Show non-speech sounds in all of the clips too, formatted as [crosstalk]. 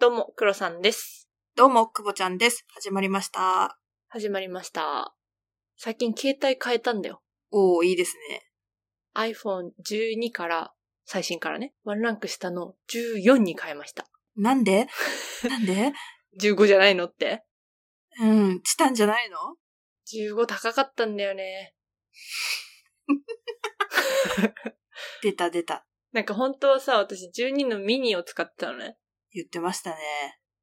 どうも、黒さんです。どうも、くぼちゃんです。始まりました。始まりました。最近携帯変えたんだよ。おー、いいですね。 iPhone12 から、最新からね、ワンランク下の14に変えました。なんでなんで15じゃないのってうん、チタンじゃないの ?15 高かったんだよね。出た出た。なんか本当はさ、私12のミニを使ってたのね。言ってましたね。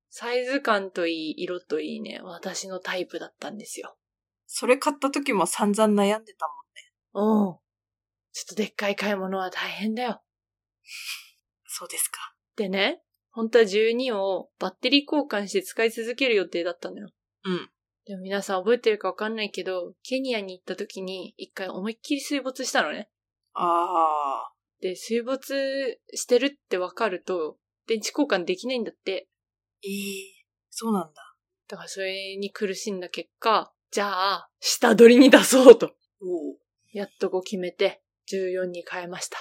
サイズ感といい、色といいね、私のタイプだったんですよ。それ買った時も散々悩んでたもん。おん。ちょっとでっかい買い物は大変だよ。そうですか。でね、本当は12をバッテリー交換して使い続ける予定だったのよ。うん。でも皆さん覚えてるかわかんないけど、ケニアに行った時に一回思いっきり水没したのね。あで、水没してるってわかると、電池交換できないんだって。ー、えー、そうなんだ。だからそれに苦しんだ結果、じゃあ、下取りに出そうと。おー。やっとこう決めて、14に変えました。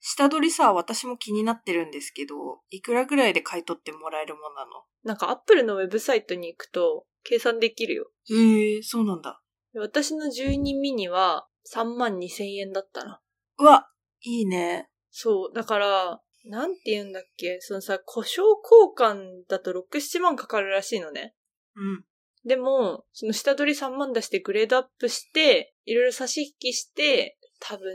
下取りさ、私も気になってるんですけど、いくらぐらいで買い取ってもらえるもんなのなんかアップルのウェブサイトに行くと、計算できるよ。えー、そうなんだ。で私の12ミニは3万2千円だったな。うわ、いいね。そう。だから、なんて言うんだっけそのさ、故障交換だと6、7万かかるらしいのね。うん。でも、その下取り3万出してグレードアップして、いろいろ差し引きして、多分、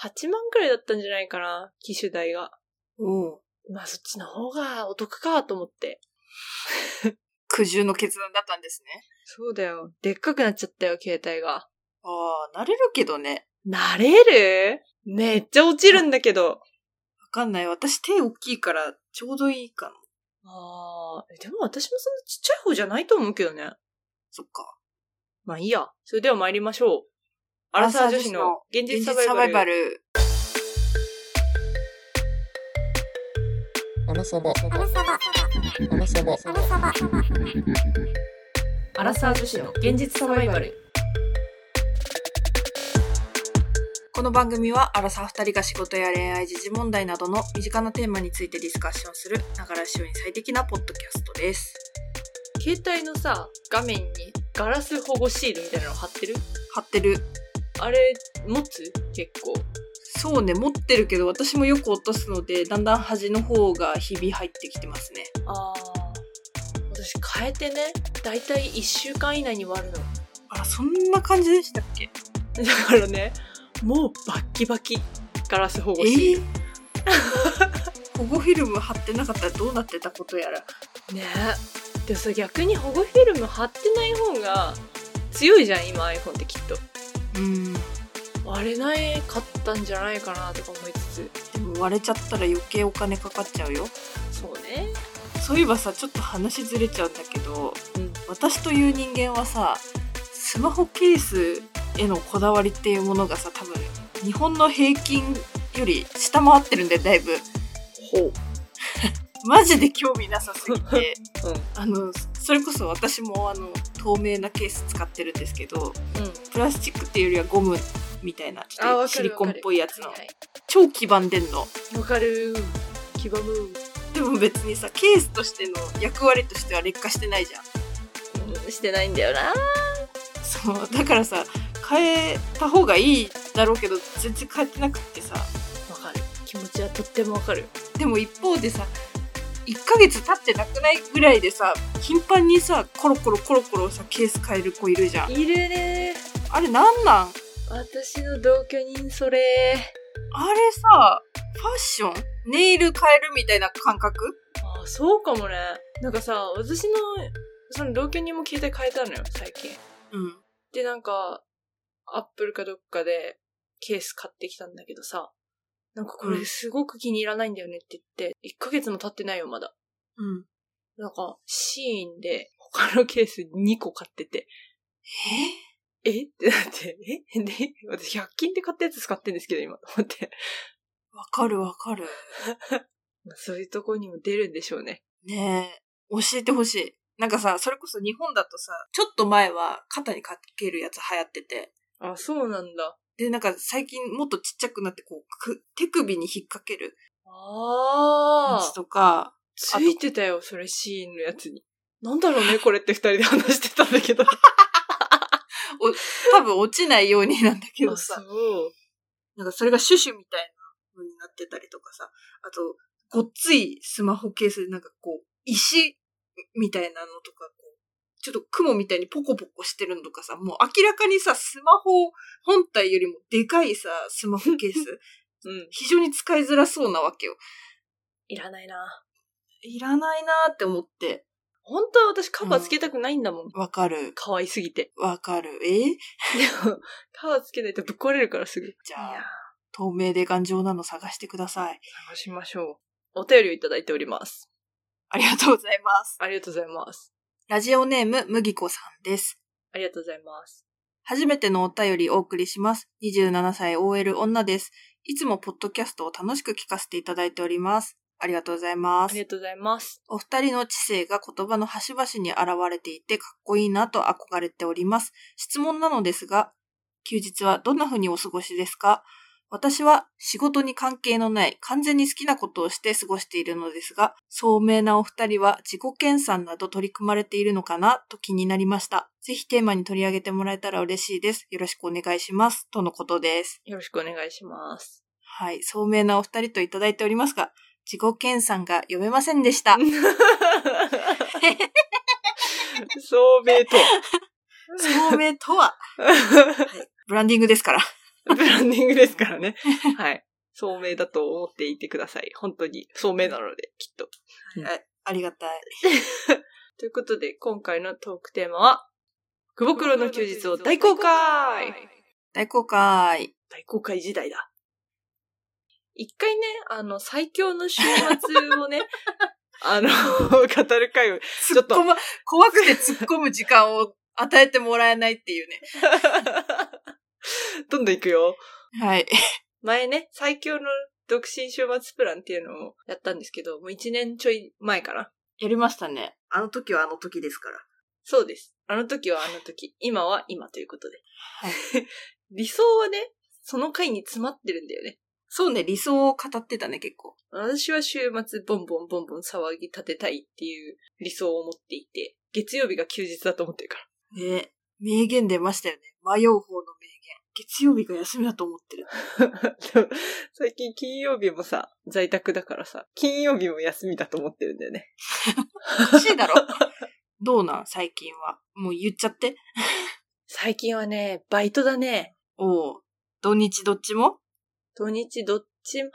8万くらいだったんじゃないかな、機種代が。おー。まあそっちの方がお得かと思って。苦渋の決断だったんですね。そうだよ。でっかくなっちゃったよ、携帯が。あー、慣れるけどね。なれるめっちゃ落ちるんだけど。わかんない。私手大きいからちょうどいいかな。ああ、えでも私もそんなちっちゃい方じゃないと思うけどね。そっか。まあいいや。それでは参りましょう。アアララササーー女女子子のの現現実実ササバイババル。イバル。アラサバ。アラサバ。アラサバ。アラサー女子の現実サバイバル。この番組はアラサー二人が仕事や恋愛、時事問題などの身近なテーマについてディスカッションする、ながら視聴に最適なポッドキャストです。携帯のさ、画面にガラス保護シールみたいなの貼ってる貼ってる。あれ、持つ結構。そうね、持ってるけど私もよく落とすので、だんだん端の方がひび入ってきてますね。ああ。私変えてね、だいたい1週間以内に割るの。あら、そんな感じでしたっけだからね、もうバッキバキ。ガラス保え護シール。ー、 [laughs] 保護フィルム貼ってなかったらどうなってたことやら。ねえでもさ逆に保護フィルム貼ってない方が強いじゃん今 iPhone ってきっとうん。割れないかったんじゃないかなとか思いつでも割れちゃったら余計お金かかっちゃうよ。つそうねそういえばさちょっと話ずれちゃうんだけど、うん私という人間はさスマホケースへのこだわりっていうものがさ多分日本の平均より下回ってるんでだいぶほう、マジで興味なさすぎて [laughs] うんあのそれこそ私もあの透明なケース使ってるんですけどうんプラスチックっていうよりはゴムみたいなちあょっわとかシるリコンっぽいやつのはいはい超黄ばんでんのわかる黄ばむでも別にさケースとしての役割としては劣化してないじゃんうんしてないんだよなそうだからさ変えた方がいいだろうけど全然変えてなくってさわかる気持ちはとってもわかるでも一方でさ1ヶ月経ってなくないぐらいでさ頻繁にさコロコロコロコロさケース変える子いるじゃんいるねあれなんなんあれ私の同居人それさファッションネイル変えるみたいな感覚あーそうかもねなんかさ私のその同居人も携帯変えたのよ最近うんで、なんか、アップルかどっかでケース買ってきたんだけどさ、なんかこうれんすごく気に入らないんだよねって言って、1ヶ月も経ってないよ、まだ。うんなんか、シーンで他のケース2個買ってて、え [laughs] ってなって、え [laughs] で、私100均で買ったやつ使ってんですけど、今、と思って。えわかるわかるまあそういうとこにも出るんでしょうね。ねえ教えてほしいなんかさそれこそ日本だとさちょっと前は肩にかけるやつ流行っててあ、そうなんだ。で、なんか最近もっとちっちゃくなって、こう、く手首に引っ掛けるあやつあ、とか、ついてたよ、それシーンのやつに。なんだろうね、これって二人で話してたんだけど。多分落ちないようになんだけどあさ。そう。なんかそれがシュシュみたいなのになってたりとかさ。あと、ごっついスマホケースでなんかこう、石みたいなのとか、こう、ちょっと雲みたいにポコポコしてるのとかさ、もう明らかにさ、スマホ本体よりもでかいさ、スマホケース。 [laughs] うん。非常に使いづらそうなわけよ。いらないな。いらないなーって思って。本当は私カバーつけたくないんだもん。わかる。可愛すぎて。わかる。えでも、カバーつけないとぶっ壊れるからすぐ。いじゃやあ、透明で頑丈なの探してください。探しましょう。お便りをいただいております。ありがとうございます。ありがとうございます。ラジオネーム、麦子さんです。ありがとうございます。初めてのお便りお送りします。27歳 OL 女です。いつもポッドキャストを楽しく聞かせていただいております。ありがとうございまありすが。とうございます。お二人の知性が言葉の端々に現れていてかっこいいなと憧れております。質問なのですが、休日はどんな風にお過ごしですか私は仕事に関係のない完全に好きなことをして過ごしているのですが、聡明なお二人は自己研鑽など取り組まれているのかなと気になりました。ぜひテーマに取り上げてもらえたら嬉しいです。よろしくお願いします。とのことです。よろしくお願いします。はい、聡明なお二人といただいておりますが、自己研鑽が読めません [laughs] でした。そうめと。聡明とはブランディングですから。ブランディングですからね。はい。聡明だと思っていてください。本当に聡明なので、きっと。うんあありがたい。ということで、今回のトークテーマは、久保黒の休日を大公開大公開。大公開時代だ。一回ね、あの、最強の週末 [laughs] をね、あの、語る [laughs] 会を、ちょっと突っ込む怖くて突っ込む時間を与えてもらえないっていうね。どんどん行くよ。はい。前ね、最強の独身週末プランっていうのをやったんですけど、もう一年ちょい前かな。やりましたね。あの時はあの時ですから。そうです。あの時はあの時、今は今ということで。はい [laughs] 理想はね、その回に詰まってるんだよね。そうね、理想を語ってたね、結構。私は週末ボンボンボンボン騒ぎ立てたいっていう理想を持っていて、月曜日が休日だと思ってるから。ね名言出ましたよね。迷う方の名言。月曜日が休みだと思ってる。でも [laughs] 最近金曜日もさ、在宅だからさ、金曜日も休みだと思ってるんだよね。おかしい [laughs] だろ。どうなん最近は。もう言っちゃって。最近はね、バイトだね。おう。土日どっちも土日どっちも、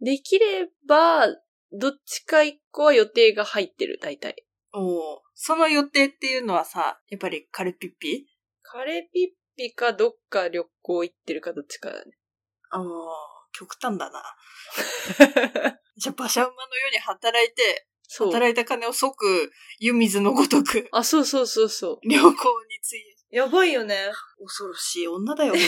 できれば、どっちか一個は予定が入ってる、大体。おう。その予定っていうのはさ、やっぱりカルピッピカレピッピかどっか旅行行ってるかどっちかだね。ああ、極端だな。 [laughs] じゃあ、馬車馬のように働いて、そう。働いた金を即、湯水のごとく、 [laughs] あ、そうそうそうそ旅行に費やう。やばいよね。す。恐ろしい女 [laughs] だよ、本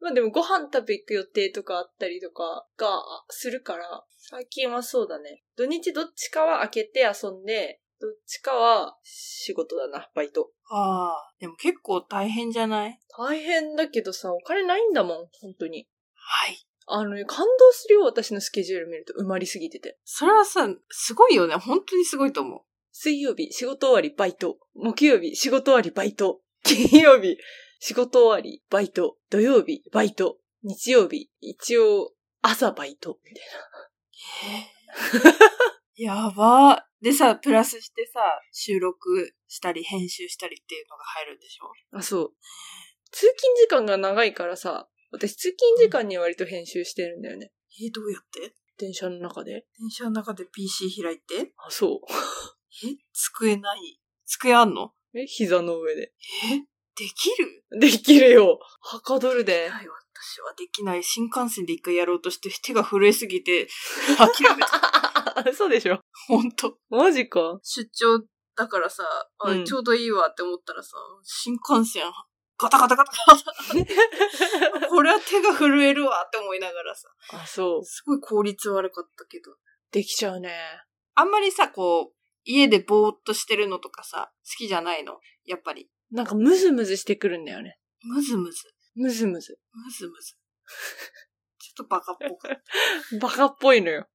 まあでもご飯食べ行く予定とかあったりとかがするから、最近はそうだね。土日どっちかは開けて遊んで、どっちかは仕事だな、バイト。当ああ、でも結構大変じゃない大変だけどさ、お金ないんだもん、本当に。はい。あのね、感動するよ、私のスケジュール見ると埋まりすぎてて。それはさ、すごいよね。本当にすごいと思う。水曜日、仕事終わり、バイト。木曜日、仕事終わり、バイト。 [laughs] 金曜日、仕事終わり、バイト。土曜日、バイト。日曜日、一応、朝バイト。みたい [laughs] やばー。でさ、プラスしてさ、収録したり、編集したりっていうのが入るんでしょな。あ、そう。通勤時間が長いからさ、私通勤時間に割と編集してるんだよね。えーどうやって電車の中で。電車の中で PC 開いてあ、そえ机ない机あんのう。 [laughs] え、膝の上で。えできるできるよ。はかどるで。はい、私はできない。新幹線で一回やろうとして、手が震えすぎて、諦 [laughs] め [laughs] た。そうでしょ。ほんと。マジか。出張だからさ、あうんちょうどいいわって思ったらさ、新幹線、ガタガタガタガ [laughs] タ。これは手が震えるわって思いながらさ、あ、そう。すごい効率悪かったけど。できちゃうね。あんまりさ、こう、家でぼーっとしてるのとかさ、好きじゃないのやっぱり。なんかムズムズしてくるんだよね。むずむず。ムズムズ。むずむず。ちょっとバカっぽかった。バカっぽいのよ。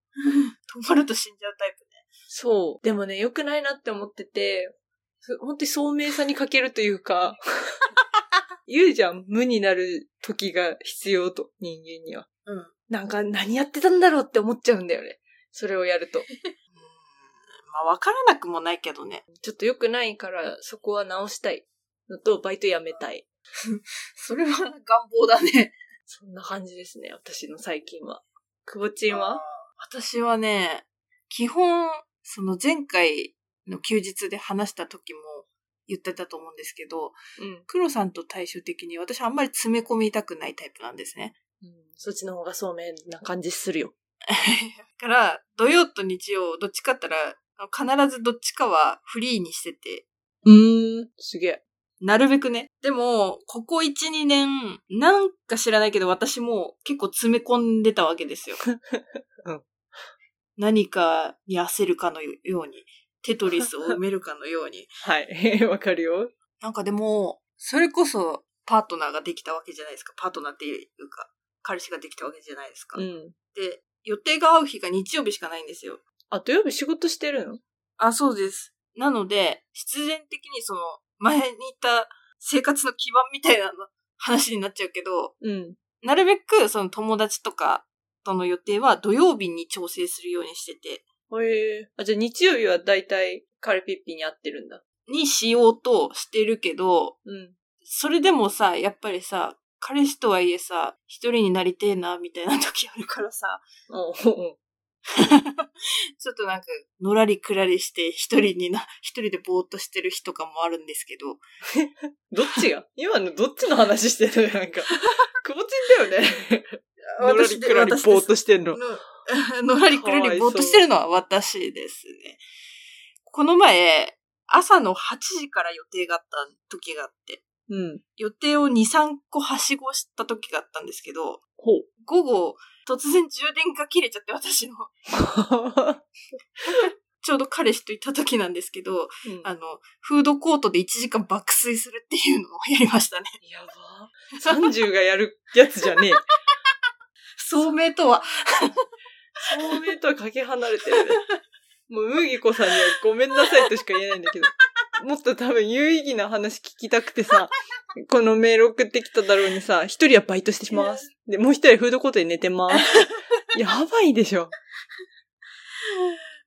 止まると死んじゃうタイプね。そう。でもね、良くないなって思ってて、ふ本当に聡明さに欠けるという [laughs] か、言うじゃん、無になる時が必要と、人間には。うん。なんか何やってたんだろうって思っちゃうんだよね。それをやると。まあ、わからなくもないけどね。ちょっと良くないから、そこは直したい。のと、バイト辞めたい。それは願望だね。そんな感じですね、私の最近は。くぼちんは私はね、基本、その前回の休日で話した時も言ってたと思うんですけど、うん。黒さんと対照的に私あんまり詰め込みたくないタイプなんですね。うんそっちの方がそうめんな感じするよ。だから、土曜と日曜、どっちかって言ったら、必ずどっちかはフリーにしてて、うーん。すげえ。なるべくね。でも、ここ1、2年、なんか知らないけど、私も結構詰め込んでたわけですよ。 [laughs] うん何かに焦るかのように、テトリスを埋めるかのよ [laughs] うに。はい。わかるよ。なんかでも、それこそパートナーができたわけじゃないですか。パートナーっていうか、彼氏ができたわけじゃないですか。うん。で、予定が合う日が日曜日しかないんですよ。あ、土曜日仕事してるのあ、そうです。なので、必然的にその、前に言った生活の基盤みたいなの話になっちゃうけど、うん。なるべくその友達とかとの予定は土曜日に調整するようにしてて、へえ。あ、じゃあ日曜日はだいたいカルピッピに会ってるんだ。にしようとしてるけど、うん。それでもさ、やっぱりさ、彼氏とはいえさ、一人になりてえな、みたいな時あるからさ、 [laughs] おうちょっとなんか、のらりくらりして、一人にな、一人でぼーっとしてる日とかもあるんですけど、どっち [laughs] が今のどっちの話してるのなん [laughs] か。くぼちんだよね。のらりくらりぼーっとしてんの。 [laughs] ののらりくらりぼーっとしてるのは私ですね。この前、朝の8時から予定があった時があって、うん。予定を2、3個はしごした時があったんですけど、ほう。午後、突然充電が切れちゃって私の、 [laughs] ちょうど彼氏といた時なんですけど、うんあの、フードコートで1時間爆睡するっていうのをやりましたね。やば。30がやるやつじゃねえ。聡明とは、照明とはかけ離れてるね。もう麦子さんにはごめんなさいとしか言えないんだけど。もっと多分有意義な話聞きたくてさ、このメール送ってきただろうにさ、一人はバイトしてます。で、もう一人はフードコートで寝てます。 [laughs] やばいでしょ。 [laughs]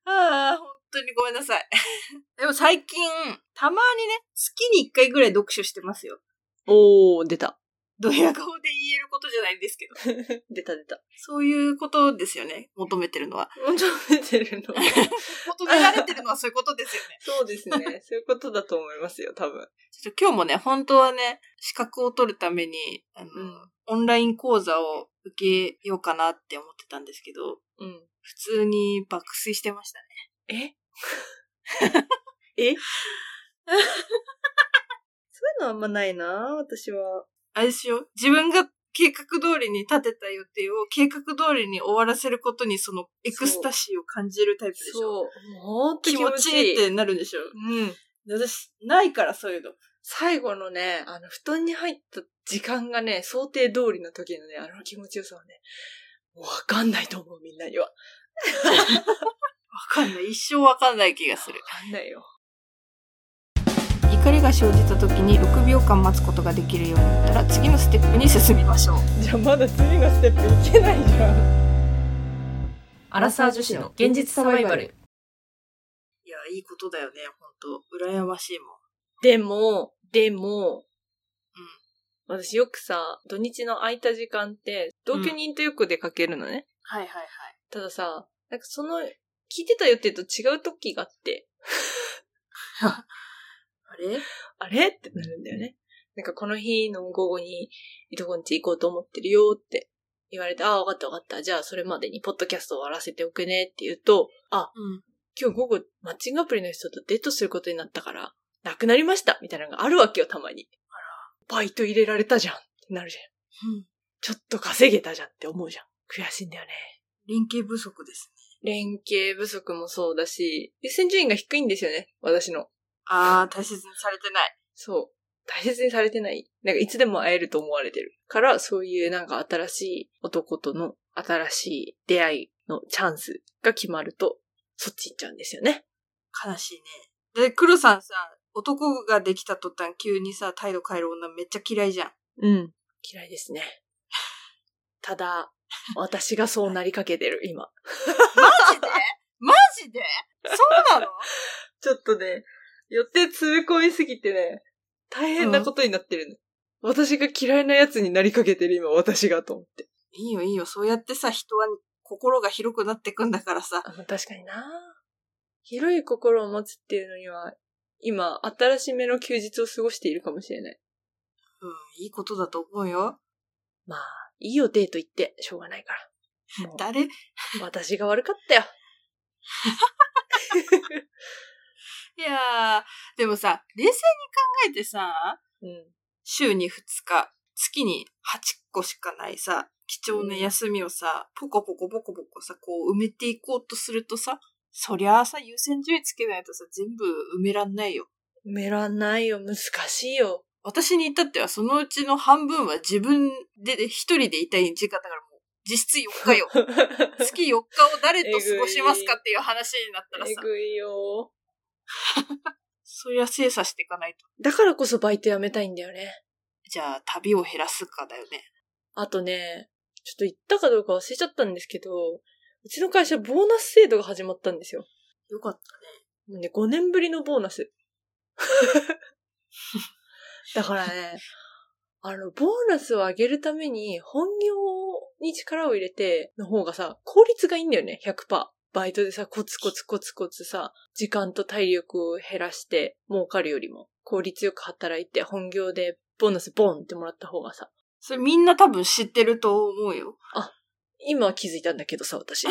ああ、本当にごめんなさい。 [laughs] でも最近、たまにね、月に1回ぐらい読書してますよ。おー、出た。ドヤ顔で言えることじゃないんですけど。出た出た。そういうことですよね、求めてるのは。[laughs] [laughs] 求めてるの。求められてるのはそういうことですよ [laughs] ね。そうですね。そういうことだと思いますよ、多分。ちょっと今日もね、本当はね、資格を取るために、あの、うんオンライン講座を受けようかなって思ってたんですけど、うん。普通に爆睡してました [laughs] えね。えそういうのあんまないな、私は。あれですよ、自分が計画通りに立てた予定を計画通りに終わらせることにそのエクスタシーを感じるタイプでしょ。そう。もっと気気持持ちちいいいいってなるんでしょ。うん。で私、ないからそういうの。最後のね、あの、布団に入った時間がね、想定通りの時のね、あの気持ちよさはね、もうわかんないと思う、みんなには。わわかんない。一生わかんない気がする。かんないよ。怒りが生じた時に6秒間待つことができるようになったら次のステップに進みましょうじゃあまだ次のステップいけないじゃん。アラサー女子の現実サバイバル。いやいいことだよね本当羨ましいもんでも、でも、私よくさ、土日の空いた時間って、同居人とよく出かけるのね。はいはいはいたださ、なんかその、聞いてた予定と違う時があって、 [laughs] あれあれってなるんだよね。なんかこの日の午後に、いとこんち行こうと思ってるよって言われて、ああ、わかったわかった。じゃあそれまでにポッドキャストを終わらせておくねって言うと、あ、うん今日午後マッチングアプリの人とデートすることになったから、なくなりましたみたいなのがあるわけよ、たまに。バイト入れられたじゃんってなるじゃん。ちょっと稼げたじゃんって思うじゃん。悔しいんだよね。連携不足ですね連携不足もそうだし、優先順位が低いんですよね、私の。ああ大切にされてないそう。大切にされてない。なんかいつでも会えると思われてる。から、そういうなんか新しい男との新しい出会いのチャンスが決まると、そっち行っちゃうんですよね。悲しいね。で、黒さんさ、男ができた途端急にさ、態度変える女めっちゃ嫌いじゃん。うん。嫌いですね。ただ、私がそうなりかけてる、今。マジでマジでそうなのちょっとね、予定詰め込みすぎてね、大変なことになってるの。私が嫌いなやつになりかけてる、今、私がと思って。 [laughs] いいよいいよ、そうやってさ、人は心が広くなってくんだからさ。あ確かにな広い心を持つっていうのには、今、新しめの休日を過ごしているかもしれない。うん、いいことだと思うよ。まあ、いいよ、デート行って、しょうがないから。もう誰い私が悪かったよ。やー、でもさ、冷静に考えてさ、うん。週に2日、月に8個しかないさ、貴重な休みをさ、ポコポコポコポコさ、こう埋めていこうとするとさ、そりゃあさ、優先順位つけないとさ、全部埋めらんないよ。埋めらんないよ、難しい [laughs] よ。私に至ってはそのうちの半分は自分でで一人でいたい時間だからもう、実質4日よ。月4日を誰と過ごしますかっていう話になったらえさ、ぐいよ。そりゃ精査していかないと。だからこそバイト辞めたいんだよね。じゃあ、旅を減らすかだよね。あとね、ちょっと言ったかどうか忘れちゃったんですけど、うちの会社ボーナス制度が始まったんですよ。よかったね。もうね、5年ぶりのボーナス。だからね、あの、ボーナスを上げるために本業に力を入れての方がさ、効率がいいんだよね、100%。バイトでさ、コツコツコツコツさ、時間と体力を減らして儲かるよりも、効率よく働いて本業でボーナスボンってもらった方がさ、それみんな多分知ってると思うよ。今は気づいたんだけどさ、 [laughs] 私。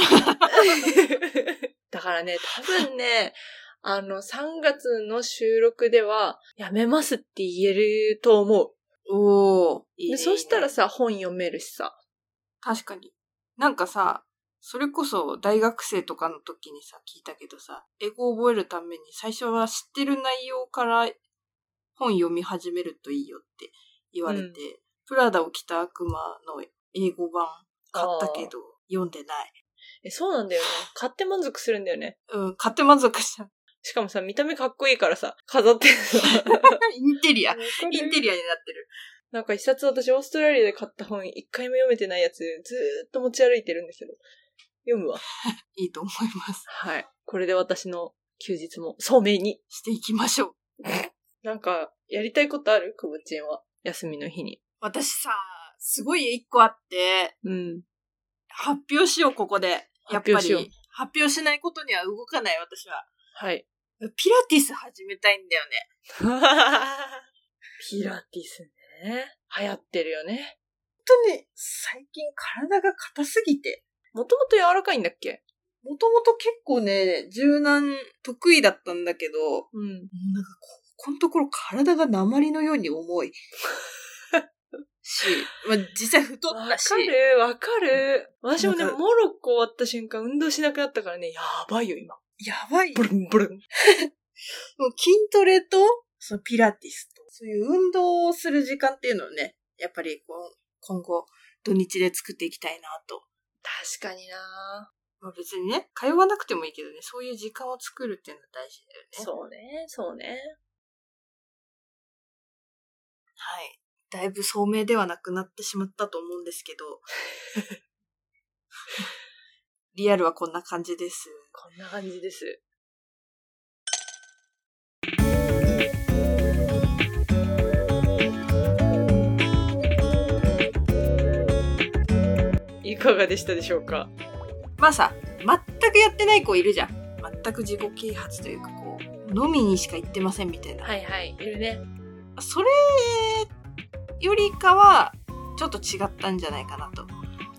だからね、多分ね、あの、3月の収録では、やめますって言えると思。おー。いういでねそしたら、さ、本読めるしさ。確かに。なんかさ、それこそ大学生とかの時にさ、聞いたけどさ、英語を覚えるために最初は知ってる内容から本読み始めるといいよって言われて、うんプラダを着た悪魔の英語版買ったけど、読んでない。え、そうなんだよね。買って満足するんだよね。うん、買って満足し [laughs] ちゃう。しかもさ、見た目かっこいいからさ、飾っ [laughs] てさ。インテリア。インテア。リアになってる。なんか一冊私、オーストラリアで買った本、一回も読めてないやつ、ずーっと持ち歩いてるんですけど。読むわ。いいと思います。はい。これで私の休日も、聡明にしていきましょう。 [laughs] なんか、やりたいことあるくぼちんは。休みの日に。私さ、すごい一個あって、うん。発表しよう、ここで。やっ発ぱ表しりよう。発表しないことには動かない、私は。はい。ピラティス始めたいんだよね。 [laughs] ピラティスね。流行ってるよね。本当に、最近体が硬すぎて。もともと柔らかいんだっけもともと結構ね、柔軟得意だったんだけど、うん。なんかこ、このところ体が鉛のように重い。し、 [laughs] まあ、実際太わっかたし。る、わかる。私もね、なんかモロッコ終わった瞬間運動しなくなったからね、やばいよ、今。やばい。ブルンブルン。もう筋トレと、そのピラティスと、そういう運動をする時間っていうのをね、やっぱりこう今後、土日で作っていきたいなと。確かになまあ別にね、通わなくてもいいけどね、そういう時間を作るっていうのは大事だよね。そうね、そうね。はい。だいぶ聡明ではなくなってしまったと思うんですけど。 [laughs] リアルはこんな感じです。こんな感じです。いかがでしたでしょうかまあさ、全くやってない子いるじゃん。全く自己啓発というかこう、飲みにしか行ってませんみたいな。いはい、いるね。それよりかは、ちょっと違ったんじゃないかなと。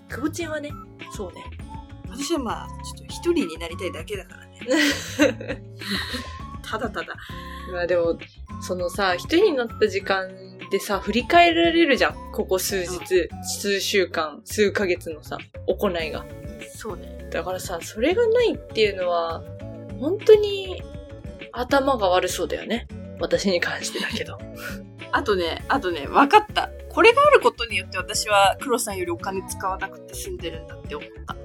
くぼちんはね、そうね。私はまあ、ちょっと一人になりたいだけだからね。ただただ。 [laughs] まあでも、そのさ、一人になった時間でさ、振り返られるじゃん。ここ数日、数週間、数ヶ月のさ、行いが。そうね。だからさ、それがないっていうのは、本当に頭が悪そうだよね。私に関してだけ [laughs] ど。あとね、あとね、分かった。これがあることによって私は黒さんよりお金使わなくて済んでるんだって思った。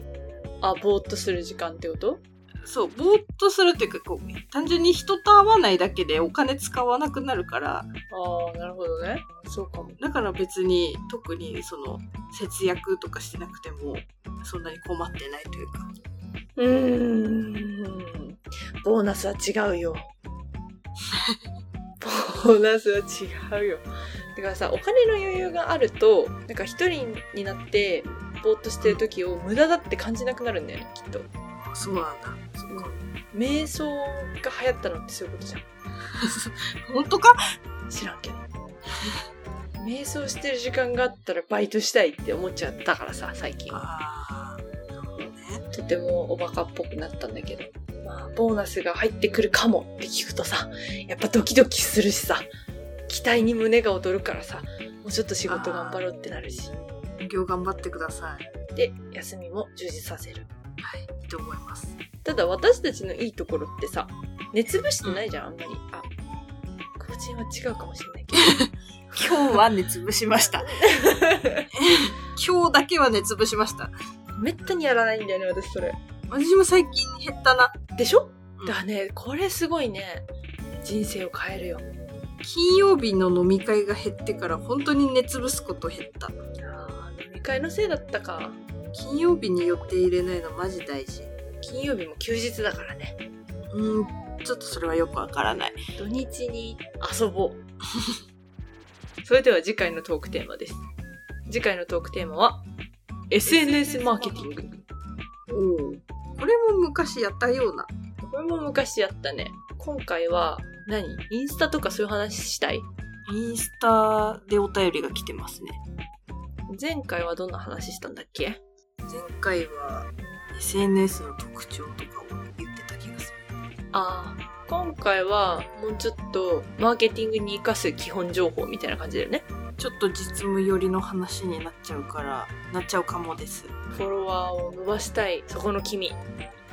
あ、ぼーっとする時間ってことそうぼーっとするというかこう単純に人と会わないだけでお金使わなくなるからああ、なるほどね。そうかも。だから別に特にその節約とかしてなくてもそんなに困ってないというかうーん。ボーナスは違うよ。 [laughs] ボーナスは違うよ。だからさ、お金の余裕があると、なんか一人になって、ぼーっとしてる時を無駄だって感じなくなるんだよね、きっと。そうなんだ瞑想が流行ったのってそういうことじゃん。 [laughs] 本当か知らんけど。瞑想してる時間があったらバイトしたいって思っちゃったからさ、最近。あーなるほどねとてもおバカっぽくなったんだけど、まあ、ボーナスが入ってくるかもって聞くとさ、やっぱドキドキするしさ、期待に胸が躍るからさ、もうちょっと仕事頑張ろうってなるし、勉強頑張ってくださいで、休みも充実させる。はいって思いますただ私たちのいいところってさ、寝潰してないじゃん、あんまり。あ、個人は違うかもしれないけど。今日は寝つぶしました [laughs] 今日だけは寝つぶしましためったにやらないんだよね、私それ。私も最近減ったなでしょ、うんだね、これすごいね。人生を変えるよ。金曜日の飲み会が減ってから本当に寝つぶすこと減ったあー飲み会のせいだったか。金曜日に予定入れないのマジ大事金曜日も休日だからね。うんちょっとそれはよくわからない土日に遊ぼう。 [laughs] それでは次回のトークテーマです。次回のトークテーマは、SNS マーケティング。おおこれも昔やったようなこれも昔やったね。今回は何、インスタとかそういう話したいインスタでお便りが来てますね前回はどんな話したんだっけ前回は SNS の特徴とかを言ってた気がするああ。今回はもうちょっとマーケティングに活かす基本情報みたいな感じだよね。ちょっと実務寄りの話になっちゃうからなっちゃうかもですフォロワーを伸ばしたい、そこの君。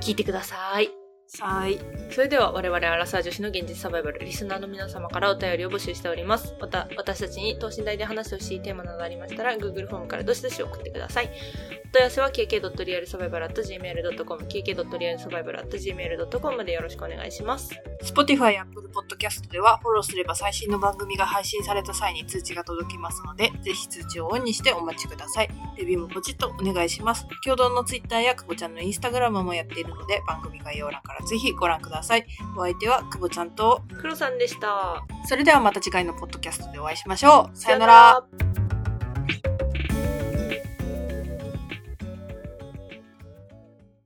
聞いてください。さあいそれでは我々アラサー女子の現実サバイバルリスナーの皆様からお便りを募集しておりますまた私たちに等身大で話してほしいテーマなどありましたら Google フォームからどしどし送ってくださいお問い合わせは kk.realsurvival.gmail.com kk.realsurvival.gmail.com までよろしくお願いします Spotify や Apple Podcast ではフォローすれば最新の番組が配信された際に通知が届きますので、ぜひ通知をオンにしてお待ちください。レビューもポチッとお願いします。共同の Twitter やくぼちゃんの Instagram もやっているので、番組概要欄からぜひご覧ください。お相手はくぼちゃんと、黒さんでしたそれではまた次回のポッドキャストでお会いしましょう。さよなら。さよなら